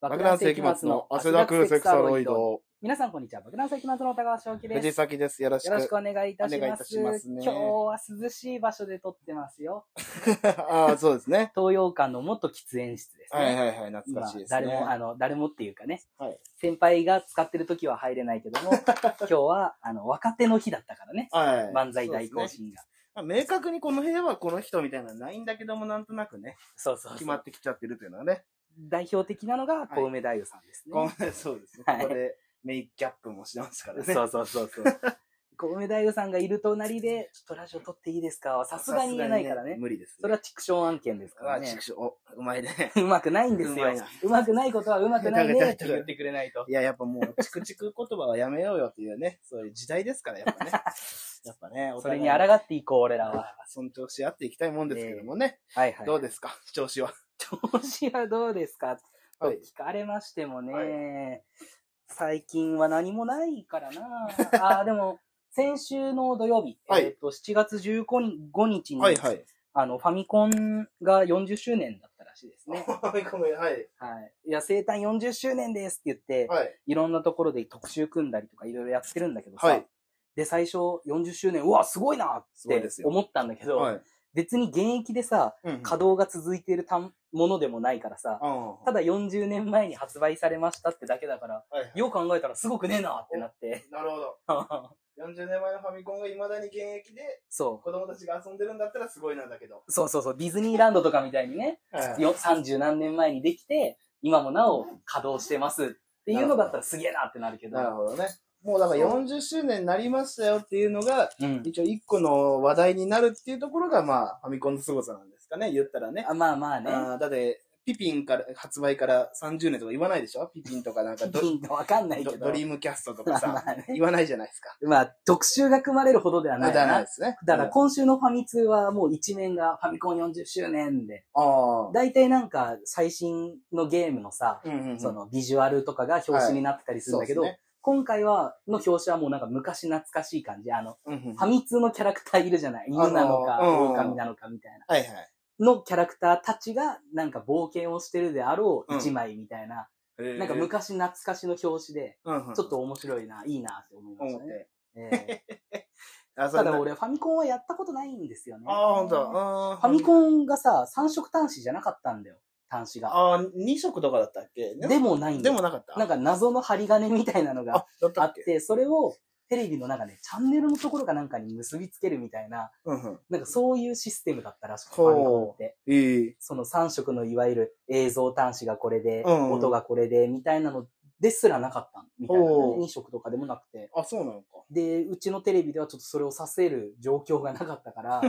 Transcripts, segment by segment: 爆弾世紀末の汗だくるセクサロイ。ド。皆さんこんにちは。爆弾世紀末の田川正樹で藤す。崎です。よろしよく。ろしくお願いいたしお願いまいたす。しますね今日は涼しい場所で撮ってますよ。 ああ、そうですね。東洋館の元喫煙室ですね。はいはいはい、懐かしいですね。今誰も、あの、誰もっていうかね、はい先輩が使ってる時は入れないけ ども、今日は、あの、若手の日だったからね。はい漫才大行そうですね進が。まあ明確にこの部屋はこの人みたいなのないんだけども、なんとなくね、そうそうそう決まってきちゃってるというのはね。代表的なのが、小梅太夫さんですね。こん そうですね。はいここでメイキャップもしてますからね。そうそうそうそう。 小梅太夫さんがいる隣で、ちょっとラジオ撮っていいですかはさすがに言えないからね。無理です、それは畜生案件ですかあらあ、ね畜。生、お、うまいね。 うまくないんですうまよいな。うまくないことはうまくないねって言ってくれない と。いや、やっぱもう、チクチク言葉はやめようよっていうね、そういう時代ですから、や っぱね。やっぱね、おそれ互いに抗っていこう、俺らは。尊重し合っていきたいもんですけどもね。 はいはい。どうですか 調子は。調子は どうですかとはい聞かれましてもね、は最近は何もないからな。あーで も、先週の土曜日、はいえっと、7月15日に、 はいはい。あの、ファミコンが40周年だったらしいですね。ごめんごめん はい。はい。いや、生誕40周年ですって言って、はい。いろんなところで特集組んだりとかいろいろやってるんだけどさ、はいで、最初40周年、うわ、すごいなっすごいてですよ思ったんだけど、はい。別に現役でさ、うん稼働が続いているたんものでもないからさ、ああただ40年前に発売されましたってだけだから、はいはいよう考えたらすごくねえなってなって。なるほど。40年前のファミコンが未だに現役で、 そ子供たちが遊んでるんだったらすごいなんだけど。う。そうそうそう。ディズニーランドとかみたいにね、はよ30何年前にできて、今もなお稼働してますっていうのだったらすげえなってなるけど。なるほどね。もうだから40周年になりましたよっていうのが、うん。一応一個の話題になるっていうところが、まあ、ファミコンの凄さなんですかね、言ったらね。あまあまあね。あーだって、ピピンから、発売から30年とか言わないでしょピピンとかなんか ドヒントわかんないけドど。ドリームキャストとか さまあね、言わないじゃないですか。まあ、特集が組まれるほどではあないじかゃないなで。すね。だから今週のファミ通はもう一面がファミコン40周年で、ああ。大体なんか最新のゲームのさ、うんうんうんそのビジュアルとかが表紙になってたりするんだけど、そうですね今回は、の表紙はもうなんか昔懐かしい感じ。あの、うんうんファミ通のキャラクターいるじゃない犬なのか、あのーうん狼なのかみたいな。はいはい。のキャラクターたちがなんか冒険をしてるであろう一枚みたいな、なんか昔懐かしの表紙で、うんうんちょっと面白いな、いいなって思いまし思っね。たて。ええあ、そたれだ俺ファミコンはやったことないんですよね。ああ、ほんと。フあーァミコンがさ、三色端子じゃなかったんだよ。端子が。ああ、2色とかだったっけでもないんだでよも。なかったなんか謎の針金みたいなのがあ、だったあっっけて、それをテレビの中でチャンネルのところかなんかに結びつけるみたいな、うんうん。なんかそういうシステムだったらしくて、ほうファミコンって。ええ。その3色のいわゆる映像端子がこれで、うん音がこれで、みたいなのですらなかったみたいな、ほう2色とかでもなくて。あ、そうなのか。で、うちのテレビではちょっとそれをさせる状況がなかった から、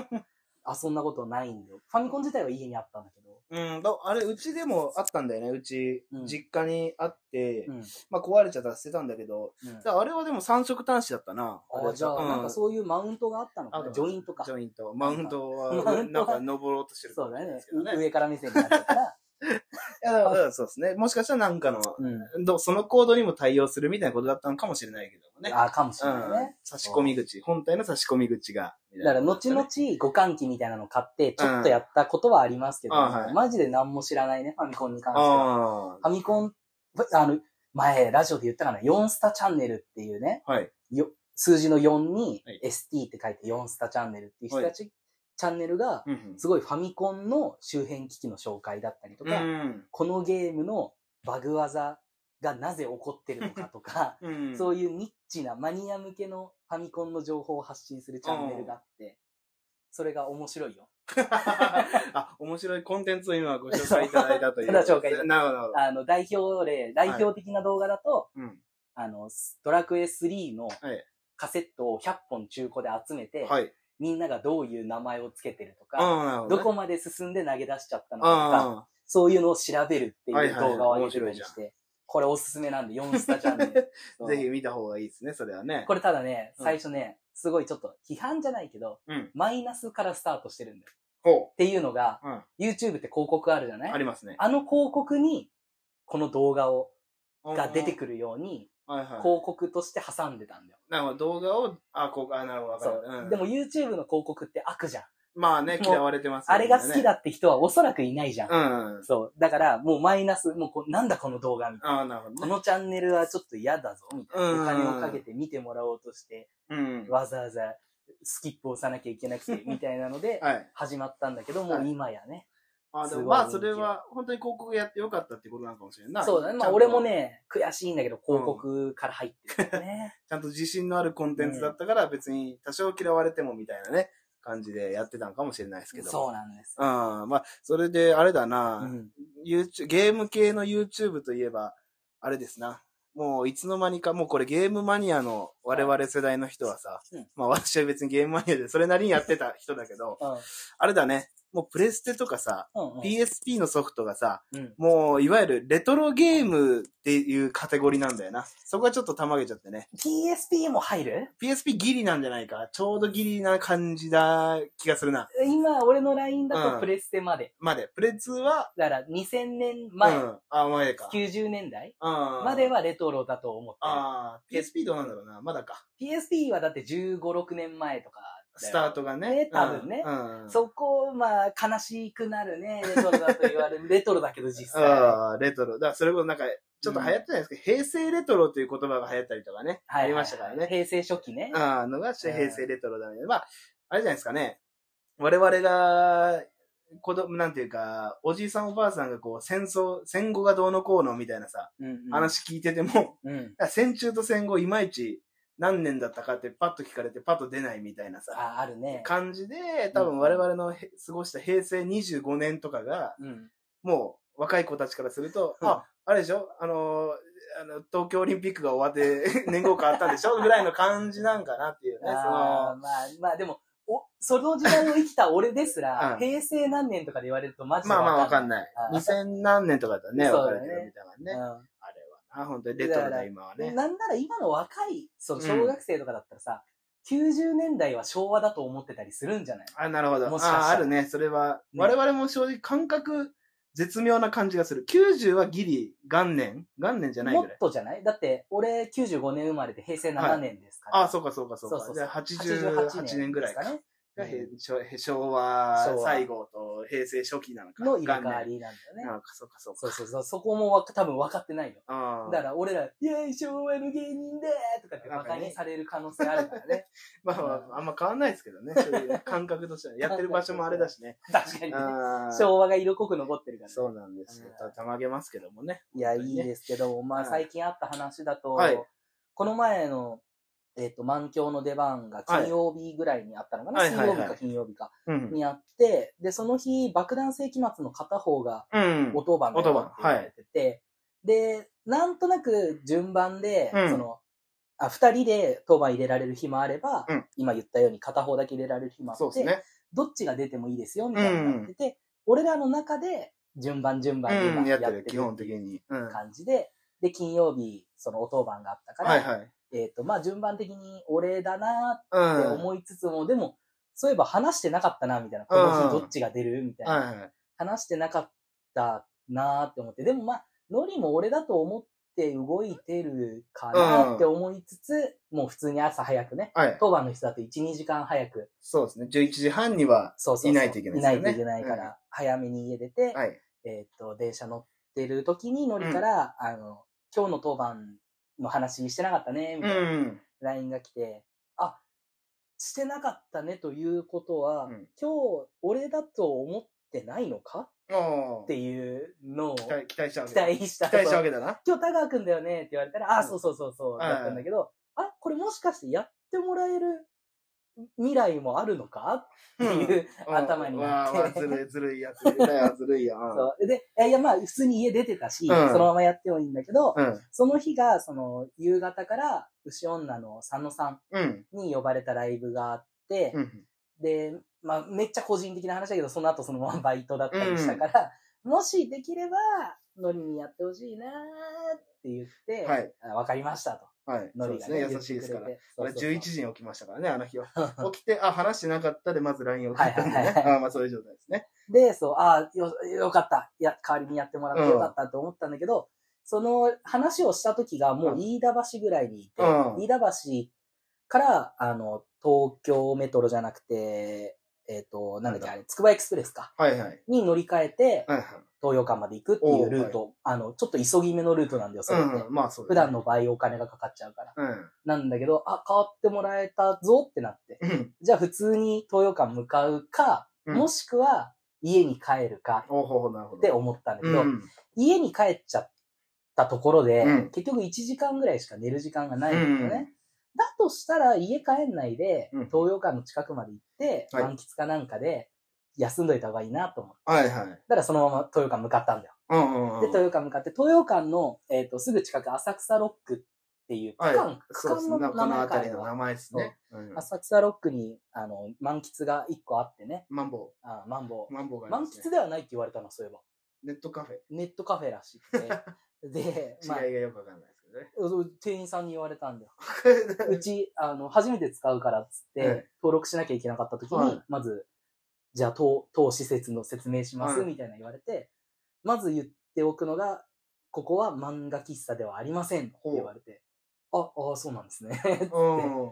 遊んだことないんだよ。ファミコン自体は家にあったんだけど。うん、だあれ、うちでもあったんだよね。うちう、ん実家にあって、うん。うんまあ壊れちゃったら捨てたんだけど、だからあれはでも三色端子だったな。れあじゃあ、うんなんかそういうマウントがあったのかあな。ジョイントかジ。ョイント。マウント マウは、ントなはんか登ろうとしてるそうだねですけど。ね。上から目線になっちゃうから。いや、だからそうですね。もしかしたらなんかの、うん。どそのコードにも対応するみたいなことだったのかもしれないけどもね。あ、かもしれないうねん。。差し込み口、本体の差し込み口が。みたいだなから、後々、互換機みたいなの買って、ちょっとやったことはありますけど、うんあはいマジで何も知らないね、ファミコンに関しては。あファミコン、あの、前、ラジオで言ったかな、4スタチャンネルっていうね、あ。はい。よ数字の4にはい ST って書いて4スタチャンネルっていう人たち、チャンネルが、うんうん。すごいファミコンの周辺機器の紹介だったりとか、うんこのゲームのバグ技がなぜ起こってるのかとか、 うん。そういうニッチなマニア向けのファミコンの情報を発信するチャンネルがあって、それが面白いよ。あ、面白いコンテンツを今ご紹介いただいた という。ただ紹介いただいなるほどなるほど。あの、代表例、代表的な動画だと、うん。あの、ドラクエ3のはいカセットを100本中古で集めて、はい。みんながどういう名前をつけてるとか、ああ、なるほど、どね。こまで進んで投げ出しちゃったのかとか、あそういうのを調べるってはいいはういは動い画を上げてたり面し白て、これおすすめなんで、4スタチャンネル。あ。そう ぜひ見た方がいいですね、それはね。これただね、うん最初ね、すごいちょっと批判じゃないけど、うん。マイナスからスタートしてるんだよ。ほっていうのが、う。うん。 YouTube って広告あるじゃないありますね。あの広告に、この動画を、が出てる。くるように、はいはい。広告として挟んでたんだよ。なるほど、動画を、あ、こう、あ、なるほど、わかそる。う。うん。でも YouTube の広告って悪じゃん。まあね、もう嫌われてますよあね、れが好きだって人はおそらくいないじゃん。うん。そう。だから、もうマイナス、もうこなんだこの動画みたいな。ああ、なるほどこね。のチャンネルはちょっと嫌だぞ、みたいな。うんお金をかけて見てもらおうとして、うん。わざわざスキップを押さなきゃいけなくて、みたいなので、はい。始まったんだけど、もうはい今やね。あですごもいまあ、それは、本当に広告やってよかったってことなのかもしれんない。そうだね。まあちゃんと俺も。ね、悔しいんだけど、広告から入ってるからね。ちゃんと自信のあるコンテンツだったから、別に多少嫌われてもみたいなね、感じでやってたのかもしれないですけど。そうなんです。うん。まあ、それで、あれだうな、ん。 YouTube、ゲーム系の YouTube といえば、あれですな。もういつの間にか、もうこれゲームマニアの我々世代の人はさ、うんまあ私は別にゲームマニアでそれなりにやってた人だけど、うん。あれだね、もうプレステとかさ、うん。 PSP のソフトがさ、うん。もういわゆるレトロゲームっていうカテゴリーなんだよな。そこはちょっとたまげちゃってね。 PSP も入る PSP ギリなんじゃないか。ちょうどギリな感じだ気がするな。今、俺の LINE だうとんプレステまで。まで。プレ2は、だから2000年前、うん、あ、前か。 90年代ままで。はレトロだと思ってああ、PSP どうなんだろうな。まだか。る。PSP はだって15、6年前とかだよスタートがねね。多分ねうん。うんそこを、まあ、悲しくなるね、レトロだと言わ れる。レトロだけど実際。はああ、レトロ。だからそれこそなんか、ちょっと流行ってないですけど、平成レトロという言葉が流行ったりとかいね。ありましたからね。平成初期ね。ああのが平成レトロだね。まあ、あれじゃないですかね。我々が、子供、なんていうか、おじいさんおばあさんがこう、戦争、戦後がどうのこうのみたいなさ、うんうん。話聞いてても、 うん。戦中と戦後いまいち何年だったかってパッと聞かれてパッと出ないみたいなさ、あ、あるね。感じで、多分我々のへ過ごした平成25年とかが、うん。もう若い子たちからすると、うんあ、あれでしょあのー、あの、東京オリンピックが終わ って年号変わったんでしょぐらいの感じなんかなっていうね、そのあー、まあ、まあでも、お、その時代を生きた俺ですら、うん平成何年とかで言われるとマジでまあまあわかんない。ないあ。ー2000何年とかだったらね、そわうかだるねけどみたいなね。うんあれはな、本当にレトロだかだ、ら今はね。なんなら今の若い、その小学生とかだったらさ、90年代は昭和だと思ってたりするんじゃないあ、なるほど。もしかしたらああるね。それは、ね我々も正直感覚、絶妙な感じがする。90はギリ元年元年じゃないもぐらっい。とじゃないだって、俺95年生まれて平成7年ですから。あ、そうかそうかそうか。そうそうじそうゃあ88年ぐらいですか。ね。がうへん昭昭和昭和最後と平成初期なのか。の入れ替わ元りなんだ年よね。あ、そうかそうか。そうそうそう。そこもわか多分分かってないよ。あだーから俺ら、イェイ、昭和の芸人でーとかってバカにされる可能性あるからね。まあまあ、あんま変わんないですけどね。そういう感覚としては。やってる場所もあれだしね。確かにね。あー 昭和が色濃く残ってるからね。そうなんですよ。たたまげますけどもね。いや、本当いにいねですけど、まあ、はい最近あった話だと、はいこの前の、えっ、と、満響の出番が金曜日ぐらいにあったのかな、はい水曜日はいはいはかい金曜日かうん。にあって、で、その日、爆弾世紀末の片方が、うん。お当番だよって言われてて、で、なんとなく順番で、うんその、あ、二人で当番入れられる日もあれば、うん今言ったように片方だけ入れられる日もあって、そうですね。どっちが出てもいいですよ、みたいになってて、俺らの中で、順番順番にう今ん、やってやる、基本的に。うん。感じで、で、金曜日、そのお当番があったから、はいはい。えっ、と、まあ、順番的にお礼だなうーん。って思いつつも、でも、そういえば話してなかったな、みたいな。この日どっちが出るみたいな。はいはい。話してなかったなーって思って。でもまあ、ノリも俺だと思って動いてるかなーって思いつつ、もう普通に朝早くね。はい。当番の人だと1、2時間早く、そうですね。11時半には、そうそうそういないといけないですよいねないといけないから、早めに家出て、はい。えっ、と、電車乗ってる時にノリから、あの、今日の当番の話してなかったね、みうたいな、ん。 LINE が来て、あ、してなかったねということは、うん今日俺だと思ってないのかおっーていうのを期待期待しちゃうわ期けだ。待した。期待しちゃうわけだな。今日田川くんだよねって言われたら、あ、そうそうそうそう、はいだったんだけど、あ、これもしかしてやってもらえる未来もあるのかっていう、うん頭になってわあわあずるい、ずるいやつ。ずるいや つずるいや。うんそうで、いやいやまあ普通に家出てたし、うんそのままやってもいいんだけど、うん。その日が、その、夕方から、牛女の佐野さんうん。に呼ばれたライブがあって、うん。で、まあ、めっちゃ個人的な話だけど、その後そのままバイトだったりしたから、もしできれば、ノリにやってほしいなーって言って、はいあわかりましたと。はい。ノそうリでがすね。ね、優しいですから。俺俺11時に起きましたからね、あの日 は。時。起きて、あ、話してなかったで、まず LINE を送ったんではいね。はいはいあまあそういう状態ですね。で、そう、ああ、よ、よかった。いや、代わりにやってもらってよかったと思ったんだけど、その話をした時がもう飯田橋ぐらいにいて、うん飯田橋から、あの、東京メトロじゃなくて、えっ、と、なんだっけ、あれ、つくばエクスプレスか。はいはい。に乗り換えて、はいはい。東洋館まで行くっていうルーおト。あの、ちょっと急ぎ目のルートなんだよ、それって。うん、まあそう普だ段ねの倍お金がかかっちゃうから。うん。なんだけど、あ、変わってもらえたぞってなって。うん。じゃあ普通に東洋館向かうか、うんもしくは家に帰るかおうほうほうなるほっど。て思ったんだけど、うん。家に帰っちゃったところで、うん結局1時間ぐらいしか寝る時間がないんだよね。うんだとしたら家帰んないで、うん東洋館の近くまで行って、はい満喫かなんかで休んどいた方がいいなと思う。はいはい。だからそのまま東洋館向かったんだよ。うんうんうん。で、東洋館向かって、東洋館の、えっとすぐ近く浅草ロックっていう区間、はい区そうで間すのね。名この前かあ辺りれのは名前ですね。うん浅草ロックに、あの、満喫が1個あってね。マンボあマンボウ。マンボウウ。があ満ります喫ね。ではないって言われたの、そういえば。ネットカフェ。ネットカフェらし くて。で、まあ違いがよくわかんないですけ どね。うん店員さんに言われたんだよ。 うち、あの、初めて使うからっつって、ええ登録しなきゃいけなかった時に、はいまず、じゃあ当、当施設の説明します、はいみたいな言われて、まず言っておくのが、ここは漫画喫茶ではありませんって言われて、あ、ああ、そうなんですね。 う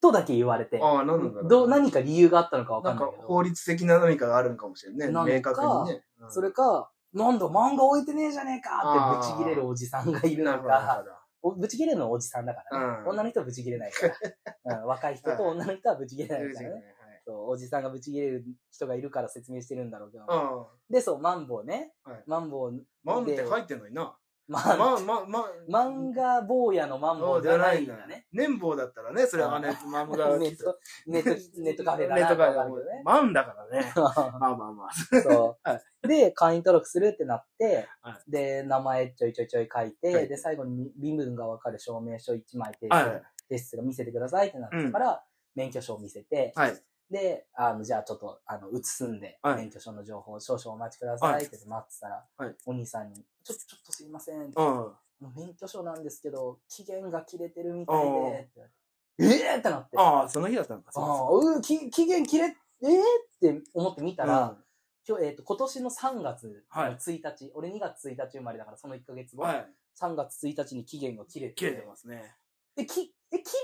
とだけ言われてん。、ああ、なんだろう。どう何か理由があったのかわなかんんなかいけど、法律的な何かがあるんかもしれんね。なのか明確にね。うんそれか、なんだ、漫画置いてねえじゃねえかってブチギレるおじさんがいるなるのほど。なかる、おブチギレるのはおじさんだからね。うん女の人はブチギレない から。うん、若い人と女の人はブチギレほなどいからね。そうおじさんがブチギレる人がいるから説明してるんだろうけど。うんで、そう、マンボウね。はいマンボウ、マンって入ってんのにな。ままあまあまあ。漫画坊やのマンボそうウじじゃゃなないいんんだだねね。。綿棒だったらね、それはね、漫画。ネット、 ネット、 ネットカフェだネなッとトカかフェだけだどね。マンだからね。まあまあま あ。そはう。で、会員登録するってなっては、で、名前ちょいちょいちょい書いはて、いで、最後に身分がわかる証明書1枚提はいはい出、提出する見せてくださいってなったから、免許証を見せて、はい。で、あの、じゃあちょっと、あの、移すんで、はい免許証の情報を少々お待ちくださいって言って待ってたら、はいお兄さんに、ちょ、ちょっとすいません、うもん。う免許証なんですけど、期限が切れてるみたいでおーって言われて、えーってなって、あああ、その日だったのか。あそうそうー、うん、き期限切れ、えーって思ってみたら、今日、えっ、と、今年の3月のはい1日、俺2月1日生まれだから、その1ヶ月うん後、はい。 3月1日に期限が切れて切れてま すね。え、き、え、き、切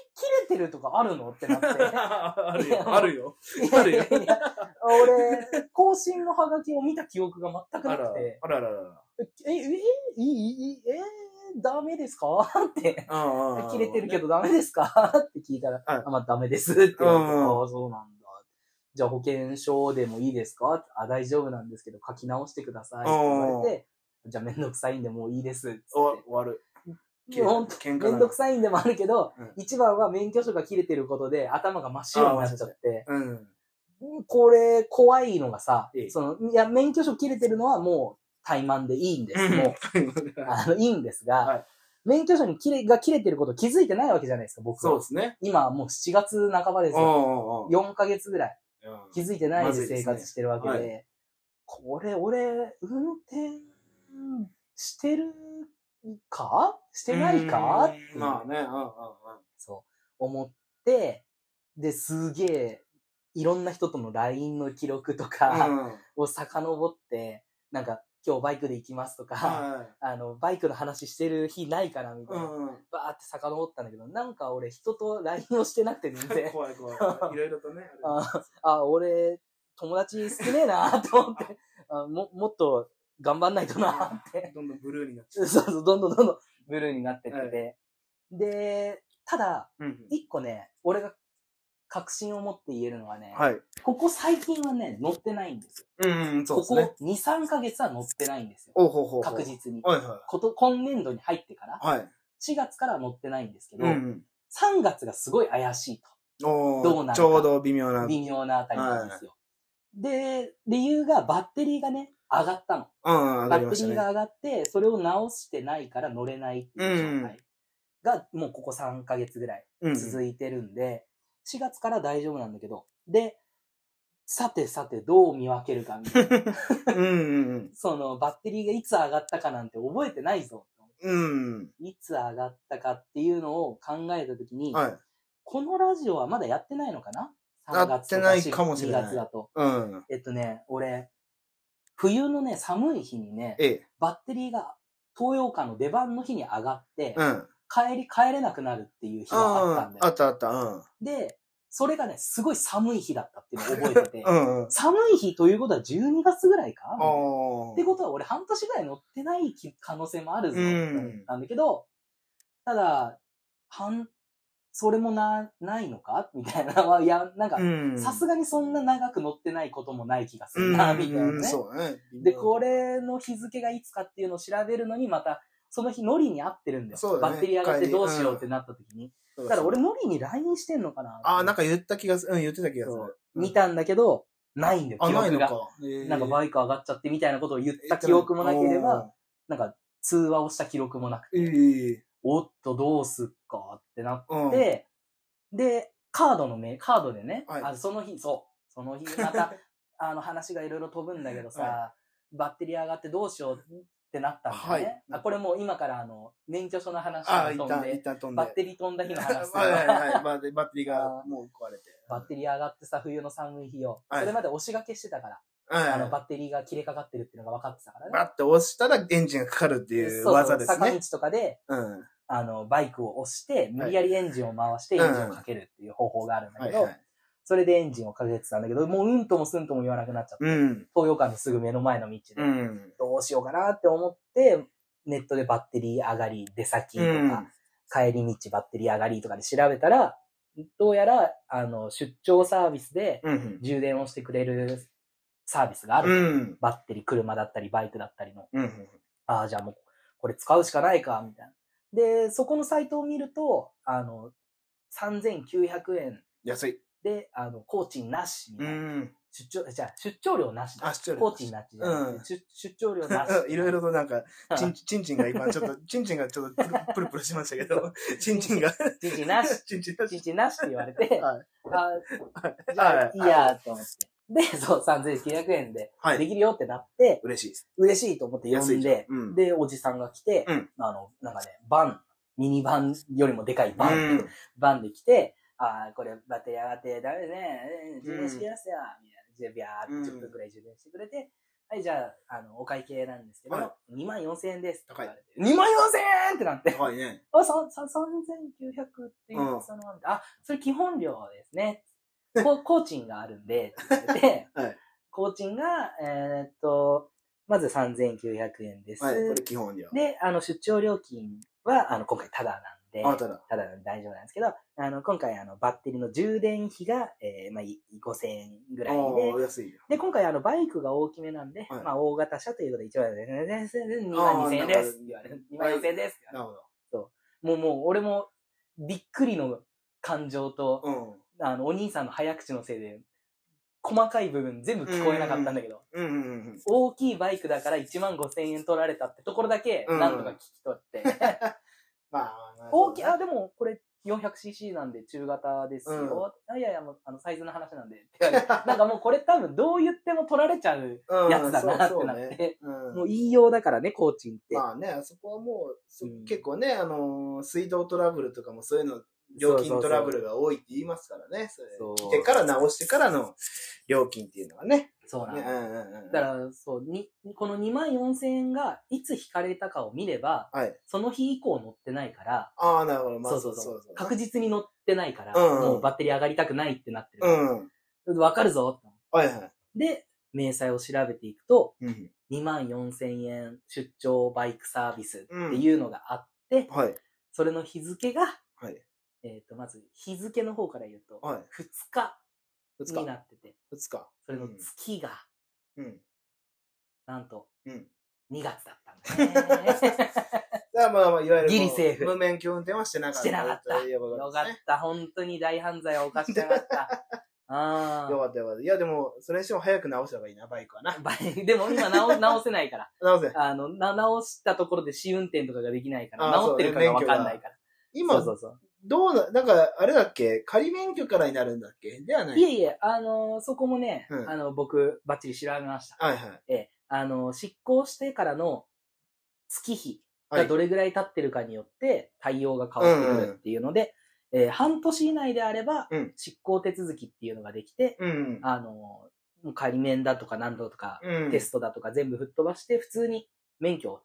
れてるとかあるのってなって。あるよ。あるよ。あるよいや いや俺、更新のハガキを見た記憶が全くなあらくて、あららら。え、え、え、いい、いい、えー、ダメですかって、ああ。切れてるけどダメですかって聞いたら、はいあ、まあダメですって言われて、うんうんああ、そうなんだ。じゃあ保険証でもいいですかあ、大丈夫なんですけど書き直してくださいって言われて、じゃあめんどくさいんでもういいですっつって。お終わる。基本喧めんどくさいんでもあるけど、うん一番は免許証が切れてることで頭が真っ白になっちゃって、うん。これ、怖いのがさえ、えその、いや、免許証切れてるのはもう、怠慢でいいんです。うんも う、あの、いいんですが、はい免許証に切れ、が切れてること気づいてないわけじゃないですか、僕そうはで。すね。今、もう7月半ばですうよ。んうんうん。 4ヶ月ぐらい気づいてないまずでいですね生活してるわけで、はこれ、俺、運転してるかしてないかっていうまあね。うんうんうん。そう、思って、で、すげえ、いろんな人との LINE の記録とか、うんを遡って、なんか、今日バイクで行きますとか、はあの、バイクの話してる日ないかなみい。たいな。うんうん。バーって遡ったんだけど、なんか俺人と LINE をしてなくて全然、 怖い怖い怖い。いろいろとね。ああ、俺、友達少ねえなと思っ てあも、もっと頑張んないとなって。どんどんブルーになっちゃそうそう、どんどんどんどんブルーになってってて。で、ただ、う。うん一個ね、俺が確信を持って言えるのはね、はい。ここ最近はね、乗ってないんですよ。うんうん、そうですねこ。こ2、3ヶ月は乗ってないんですよ。おうほうほうほう。確実に。はいはこと、今年度に入ってから、い。はい。 4月からは乗ってないんですけど、うん3月がすごい怪しいうん。おーどうなるかちょうど微妙な。と。うん。微妙なあたりなんですよ。で、理由がバッテリーがね、上がったの。上がバりッまテしリーたね。が上がって、それを直してないから乗れないっていう状態が、もうここ3ヶ月ぐらいうん続いてるんで、4月から大丈夫なんだけど、で、さてさてどう見分けるかみたい な。うんうんそのバッテリーがいつ上がったかなんて覚えてないぞ。うん。いつ上がったかっていうのを考えたときうに、ん。はい。このラジオはまだやってないのかなやってないかもしれない2月だと。うん。えっとね、俺、冬のね、寒い日にね、ええ。バッテリーが東洋館の出番の日に上がって、うん。帰り帰れなくなるっていう日があったあんあ、だよ。あったあった。うん。で、それがね、すごい寒い日だったっていうのを覚えてて う、んうん。寒い日ということは12月ぐらいかみたいなおっーてことは俺半年ぐらい乗ってないき可能性もあるぞって思ったんだけど、ただ、半、それもな、ないのかみたいなの は、いや、なんか、うん。さすがにそんな長く乗ってないこともない気がすうるんな、みたいなうんね。そうだね。で、これの日付がいつかっていうのを調べるのに、また、その日、ノリに合ってるんだよ。そうだねバッテリー上がってどうしようってなった時に。そうだだから俺、ノリに LINE してんのかなああ、なんか、か言った気がする。うん、言ってた気がすそる。見たんだけど、ないんだよ、あ、記ない憶のが。か。えーなんかバイク上がっちゃってみたいなことを言った記憶もなければ、。なんか通話をした記録もなくて、ええ。おっと、どうすっかってなっうん。て、で、カードのめ、カードでね、はいあその日、そう、その日、また、 あの話がいろいろ飛ぶんだけどさ、はバッテリー上がってどうしようってなったんだよね。はいあこれもう今からあの、免許証の話あがあ、一飛ん旦、で一、旦飛んで。バッテリー飛んだ日の話すはいはいるはいバッテリー。バッテリーがもう壊れて。バッテリー上がってさ、冬の寒い日を、はいそれまで押しがけしてたから、はいあの、バッテリーが切れかかってるっていうのが分かってたからね。バッて押したらエンジンがかかるっていう技です坂道ね。とかで、うん。あの、バイクを押して、無理やりエンジンを回してエンジンをかけるっていう方法があるんだはけいど、はい。それでエンジンをかけてたんだけど、もううんともすんとも言わなくなっちゃった。うん。東洋館のすぐ目の前の道で、うん。どうしようかなって思って、ネットでバッテリー上がり、出先とか、うん帰り道バッテリー上がりとかで調べたら、どうやら、あの、出張サービスでうん。充電をしてくれるサービスがある。うん。バッテリー、車だったり、バイクだったりの。うん。ああ、じゃあもう、これ使うしかないか、みたいな。で、そこのサイトを見ると、あの、3900円安い。で、あの、コーチンなし、みたういな。ん。出張、じゃあ出張料なしだあ出張料コーチンなしじゃなくてうん出出張料 なし。いろいろとなんか、ちんチちんちんが今ちょっと、ちんちんがちょっとプルプルしましたけ ど、ちんちんが、ンチンなし、ちんちんが、チンチンなしって言われて、 はいああじはゃあい、いいや、と思って。で、そう、3900円ではでい。きるよってなって、嬉しいです。嬉しいと思って呼安いんじゃんで、うんで、おじさんが来て、うんあの、なんかね、バン、ミニバンよりもでかいうバン、ん。バンで来て、ああ、これバッテリー上がってダメね、うん充電してやすよ、みたいな。じゃあビャーってうん10分くらい充電してくれて、はい、じゃあ、あの、お会計なんですけど、は2万4千円です。高い2万4千円ってなって、はいね。あ、ささ3900って言ってたのは、あ、それ基本料ですね。 こ工賃があるんで、って言って、はい工賃が、えーっと、まず3900円です。はい、これ基本料。で、あの、出張料金は、あの、今回タダなんで、あ、ただ。ただ大丈夫なんですけど、あの、今回あの、バッテリーの充電費が、えー、まあ、い5000円ぐらいおー、で、安いよ。で、今回あの、バイクが大きめなんで、はいまあ、大型車ということで、一応、ね、2万2000円ですって言われる。2万2000円ですって言われるなるほもう、もう、俺も、びっくりの感情と、ど。あの、お兄さんの早口のせいで、細かい部分全部聞こえなかったんだけど、うん。うんうんうん。大きいバイクだから1万5000円取られたってところだけ、うんなんとか聞き取って、まあ、まあ大きい、あ、でも、これ、400cc なんで中型ですよ。あいやいや、もうあの、サイズの話なんで。って言われ てなんかもうこれ多分どう言っても取られちゃうやつだなってなっ。うんそうそうねて。うんもう言いようだからね、コーチンって。まあね、そこはもう、そうん結構ね、あのー水道トラブルとかもそういうの、料金トラブルが多いって言いますからね。それそう来てから直してからの料金っていうのはね。そうなんねだ。うんうんうんだから、そう、に、この2万4000円がいつ引かれたかを見れば、はい。その日以降乗ってないから、ああ、なるほど。まあ、そうそうそうそう確実に乗ってないから、うんうんもうバッテリー上がりたくないってなってうる。ん。わ、かるぞって思はいはい。う。で、明細を調べていくと、うん。 2万4000円出張バイクサービスっていうのがあって、はい。それの日付が、はい。えっ、と、まず日付の方から言うと、はい。 2日二にな日。ってて、二日。それの月が、うん。なんと、うん。 2月だった んだね。だからまあまあ、いわゆる。ギリセーフ無免許運転はしてなかった。してなかったということよでかすっねた。本当に大犯罪を犯してなか った。あよかったよかった。いや、でも、それにしても早く直した方がいいな、バイクはなあ。。バイ でも今直直せないから。直せ。あの、な直したところで試運転とかができないから、あー直ってるかがわかんないから。今そう、そうそう。どうな、なんか、あれだっけ仮免許からになるんだっけではない。いえいえ、あのそこもね、うんあの、僕、バッチリ調べました。はいはい。ええ、あの執行してからの月日はがいどれぐらい経ってるかによって対応が変わってくるっていうので、えー半年以内であればうん、執行手続きっていうのができて、うん。あのもう仮免だとか何度とか、うん。テストだとか全部吹っ飛ばして、普通に免許を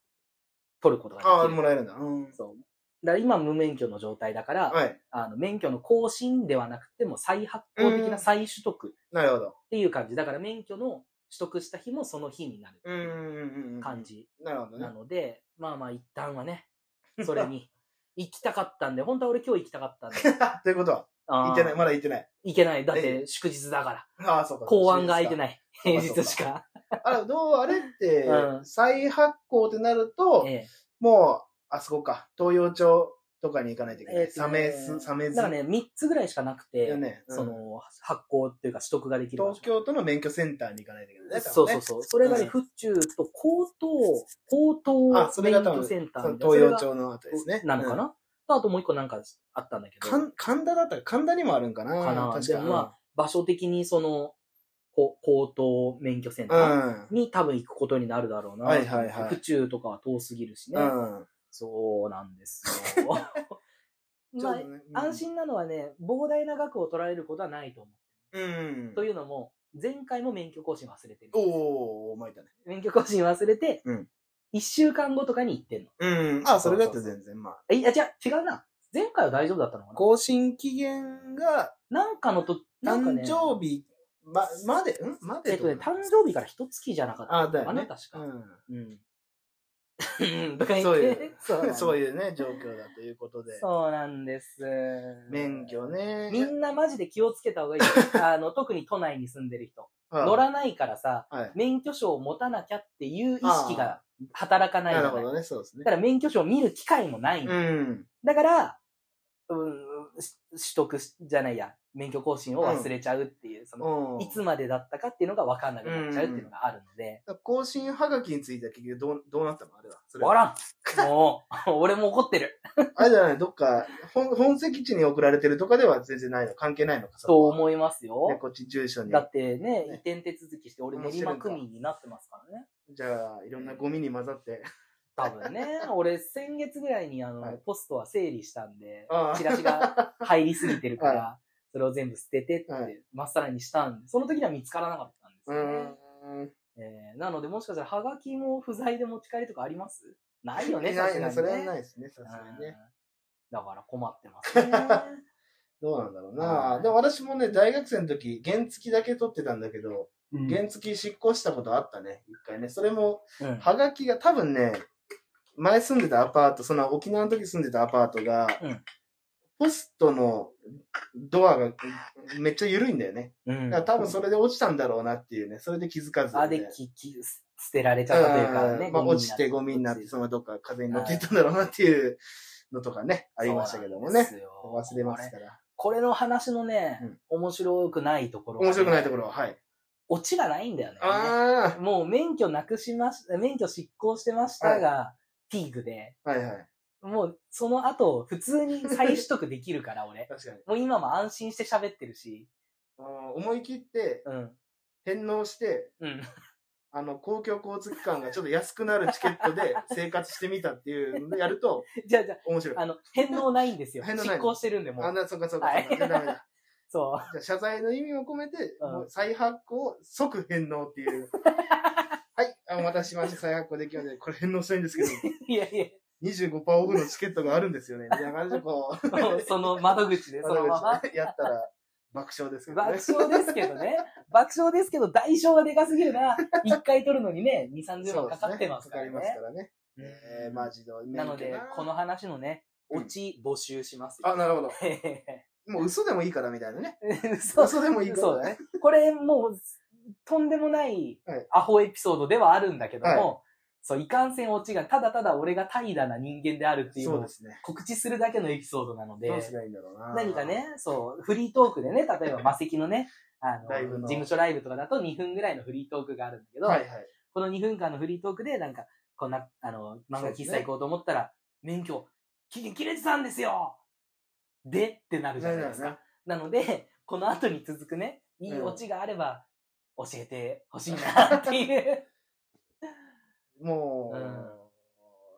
取ることがあであ、きる。もらえるんだ。うん。そうだから今無免許の状態だから、はい。あの、免許の更新ではなくても再発行的うんな再取得なるほど。っていう感じ。だから免許の取得した日もその日になるうんうんうん。感。じなるほどねな。ので、まあまあ一旦は ね、それに行きたかったんで、本当は俺今日行きたかったんで。ということは、あー 行ってない、まだ行ってない。行けない。だって祝日だから。ああ、そうか。公安が空いてい。ない。そう平かそうか日しか。あれ、どう、あれってう、ん再発行ってなると、えもう、あそこか、東洋町とかに行かないといけなえい。サメス、サメだズ。からね、3つぐらいしかなくだよて、ねうんその、発行っていうか取得ができる場所。東京都の免許センターに行かないといけないね。そうそうそう。それがね、うん府中と高等、高あ等それ免が多許分センター多分みたいな。東洋町のあたりですね。なのかうんな、とあともう一個なんかあったんだけど、かん神田だったら神田にもあるんかなかな確かでもま場所的にその、こ高等免許センターあ、に多分行くことになるだろうな。はいはいはい府中とかは遠すぎるしね。うん。うん。そうなん ですよ。ちょまうあど、ね安。心なのはね、膨大な額を取られることはないと思うんう。。というのも、前回も免許更新忘れてる。おー、まいたね。免許更新忘れてうん、一週間後とかに行ってんの。うん。あ、それだったら全然、まあ。え、いや、違う、違うな。前回は大丈夫だったのかな更新期限が、なんかのと、なんか誕ね、生日、ま、まで、んまでえっとね、誕生日から一月じゃなかったあ、だよあねな。たしかうん。うん。 とか言って、そういうそうなんそうう。いうね、状況だということで。そうなんです。免許みね。んなマジで気をつけた 方がいいよ。あの、特に都内に住んでる人。はい乗らないからさ、はい免許証を持たなきゃっていう意識が働かないなじるゃなほい。どだね、そうですねか。ら免許証を見る機会もないの、うん。だから、うん、し取得しじゃないや、免許更新を忘れちゃうっていう、その、うんいつまでだったかっていうのが分かんなくなっちゃうっていうのがあるので、更新はがきについては結局どうどうなったのあれは。それはわからん。もう、 俺も怒ってる。あれじゃない、どっか本、本籍地に送られてるとかでは全然ないの、関係ないのか、とう。思いますね、よ。こっち住所にだ。ってね、移ね転手続きして、俺面練白い馬んだ区民になってますからね。じゃあ、いろんなゴミに混ざって。多分 ね、俺先月ぐらいにあの、はいポストは整理したんであ、あチラシが入りすぎてる から、それを全部捨ててって、はいまっさらにしたんで、その時には見つからなかったんです うよね。ーん。えーなので、もしかしたら、ハガキも不在で持ち帰りとかありますないよね、なさいすねがにね。それはないですね、さすがにうんね。だから困ってます ね。どうなんだろうはな。いでも私もね、大学生の時、原付だけ取ってたんだけど、うん原付執行したことあったね、一回ね。それも、うんはがきが多分ね、前住んでたアパート、その沖縄の時住んでたアパートが、うんポストのドアがめっちゃ緩いんだよね。うんだから多分それで落ちたんだろうなっていうね。それで気づかず、ね。あ、で、き、き、捨てられちゃったというかうね。んまあ、ゴミ落ちてゴミになって、そのどっか風に乗っていはいったんだろうなっていうのとかね、ありましたけどもね。。忘れまねすから。これの話のね、うん面白くないところ、面白くないところ。ろは、はい。オチがないんだよね。あもう免許なくしまし、免許執行してましたが、ピークで、あ、はいはい。もうその後、普通に再取得できるから、俺。 確かに。もう今も安心して喋ってるし。あー思い切って、うん。返納して、うん。あの、公共交通機関がちょっと安くなるチケット で生活してみたっていうのをやるとじゃあじゃ面白い。あ、あの、返納ないんですよ。返納ない執行してるんで、もあ、う。な、そうかそうか。はいそうかダメだそじゃあ謝罪の意味を込めて、うんもう再発行、即返納っ ていう。はい、あお待たせしました。再発行できるので、これ返納したいんですけど、う。いやい25%オフのチケットがあるんですよね。みたいな感じでこう、や、もうその窓口で、そのまま。やったら爆笑ですけど爆ね。笑ですけどね。爆笑ですけど、代償がでかすぎるな。一回取るのにね、2、30万かかってますかそうですねかからね。りますからね。えー、まあうん自動なので、この話のね、うんオチ募集しますあ、よ。なるほど。へもう嘘でもいいからみたいなね。へへ嘘嘘でもいいか ら。そうだね。これもう、とんでもないはいアホエピソードではあるんだけども、はそう、いかんせんオチが、ただただ俺が怠惰な人間であるっていうそのうをですね。告知するだけのエピソードなのでど、うすりゃいいんだろうな。何か。ね、そう、フリートークでね、例えば魔石のね、あライのブ事の務所ライブとかだと2分ぐらいのフリートークがあるんだけど、はいはい。この2分間のフリートークで、なんか、こんな、あの、漫画喫茶行こうと思ったら、免許、期限切れてたんですよでってなるじゃないですか。なので、この後に続くね、いいオチがあれば、教えてほしいなって いう。もう、うん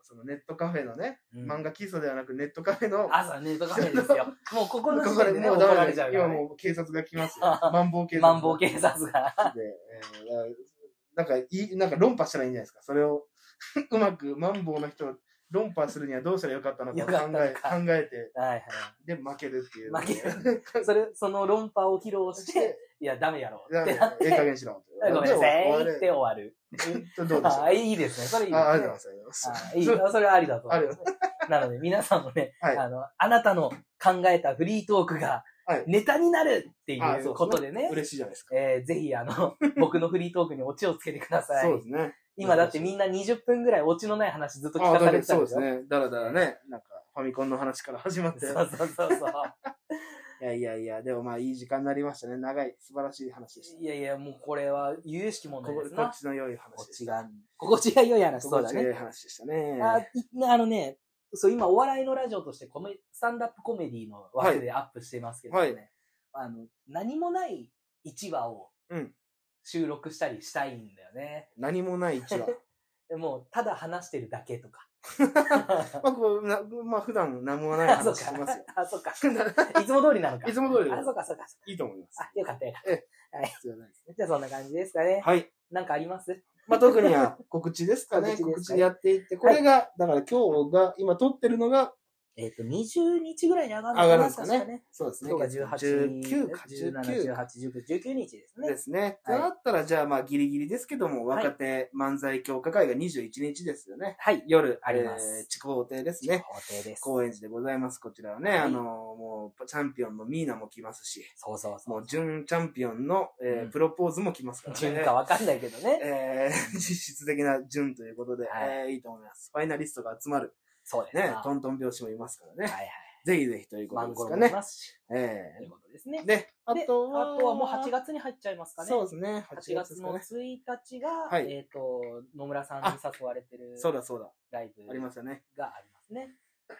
そのネットカフェのね、漫画。画喫茶ではなくネットカフェの、朝ね、とかめですよ。もうここのこ時こで点でね、 もう怒ダらメれちだゃようから、今 もね。う警察が来ますよ。マンボウ警察。マンボウ警察が。で、え ーだからなんかいい、なんか論破したらいいんじゃないですか。それを、うまくマンボウの人を論破するにはどうしたらよかったのかを考よえかった考えて、はいはい。で、負けるっていう、負ける。 それ、その論破を披露そししてて、、いや、ダメやろ なっんでてなっええて、加減しろ。 ごめんなさいって終でわる。終わるどうでしょうああ、いいですね。それいいですね。あありがとうございます。あいい。それはありだと思いますね。 なので、皆さんもね、はいあの、あなたの考えたフリートークがはい、ネタになるっていあそううことでね、嬉しいじゃないですか。えーぜひ、あ の、僕のフリートークにオチをつけてくださいそう。ですね。今だってみんな20分ぐらいオチのない話ずっと聞あかあさだれけてたそんうでですすよ。ね。だらだらね、なんか、ファミコンの話から始まって。そうそうそうそう。いやいやいや、でもまあ、いい時間になりましたね。長い、素晴らしい話でした。いやいや、もうこれは、有意識問こ題ですこっな。ちの良い話こでっしちた。が、心地が良い話、そう心だ地が良ねい。話でしたね。あいあのね、そう、今お笑いのラジオとしてコメ、スタンダップコメディの枠でアップしてますけどね、はいあの、何もない1話をうん収録したりしたいんだよね。何もない 一話。でもう、ただ話してるだけとか。まあ、こう、なまあ、普段何もないあ、そう話しかてますよ。。あ、そうか。 いつも通りなのか。いつも通りであ、そうか、そうか。いいと思います。あ、よかったよかっ必要ないですた。じゃあそんな感じですかね。はい。なんかありますまあ、特には告知ですかね。告知ですか 告知でやっていって、これが、だから今日が、今撮ってるのが、えっ、と、20日ぐらいに上がるのか上がるんなですかね確ね。そうですね。今日が18 19か、19 17、か18、19、19日ですね。ですね。とはいなったら、じゃあまあ、ギリギリですけども、若手漫才協会会が21日ですよね。はい。夜、ありますえー地高亭ですね。法廷です。高円寺でございます。こちらはね、はいあのー、もう、チャンピオンのミーナも来ますし、そうそうそもうう、。準チャンピオンの、えーうんプロポーズも来ますからね。順かわかんないけど ね。えー実質的な順ということで、はいえーいいと思います。ファイナリストが集まる、そうですねな、トントン拍子もいますからね。はいはい。ぜひぜひというこマとンでゴすロかもいね。ますし。えということですーね。で、あでとあは、とはもう8月に入っちゃいますかね。そうですね、8 8月で月すかの1ね。日が、はいえっ、と、野村さんに誘われてるそうだそうだ、ライブありましたね。がありますね。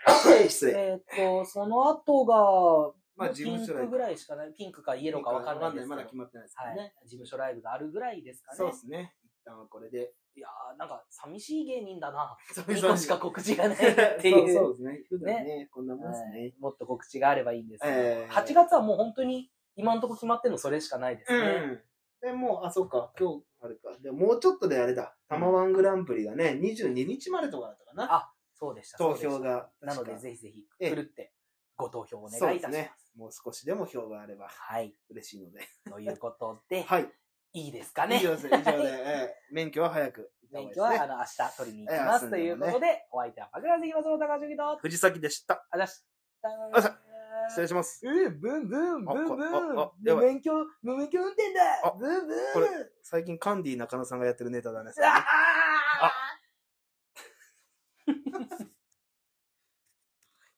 失礼。えっ、と、その後が、まあ事ピ務ン所ライクぐブらいしかない。ピンクかイエローかわかんないですけど。まだ決まってないですからはいね。事務所ライブがあるぐらいですかね。そうですね。一旦はこれで。いやー、なんか寂しい芸人だな。そう2個しか告知がないっそうていう。そうですね。普段ね、こんなもんですはねい。もっと告知があればいいんですけど、えー8月はもう本当に今のところ決まってるのそれしかないですね。うん。でもう、あ、そうか、今日、あれか。でも、もうちょっとであれだ。タマワングランプリがね、22日までとかだったかな。あ、そうでした。投票そうでしが。た。なので確かぜひぜひ、ええふるってご投票をお願そういでいたしすます。ね。もう少しでも票があればはい。嬉しいので。ということで、はい。いいですか以ね。上です。以上で、えー免許は早く行っ勉た強方がは、いいですあね。の、明日取りに行きます、ええということで、お相手は枕関松本高橋と、藤崎でした。あざあざした失礼します。うーブンブン、ブンブあこれああン、や無ばい免許、無免許運転あだブンブンこれ最近カンディ中野さんがやってるネタだね。ああ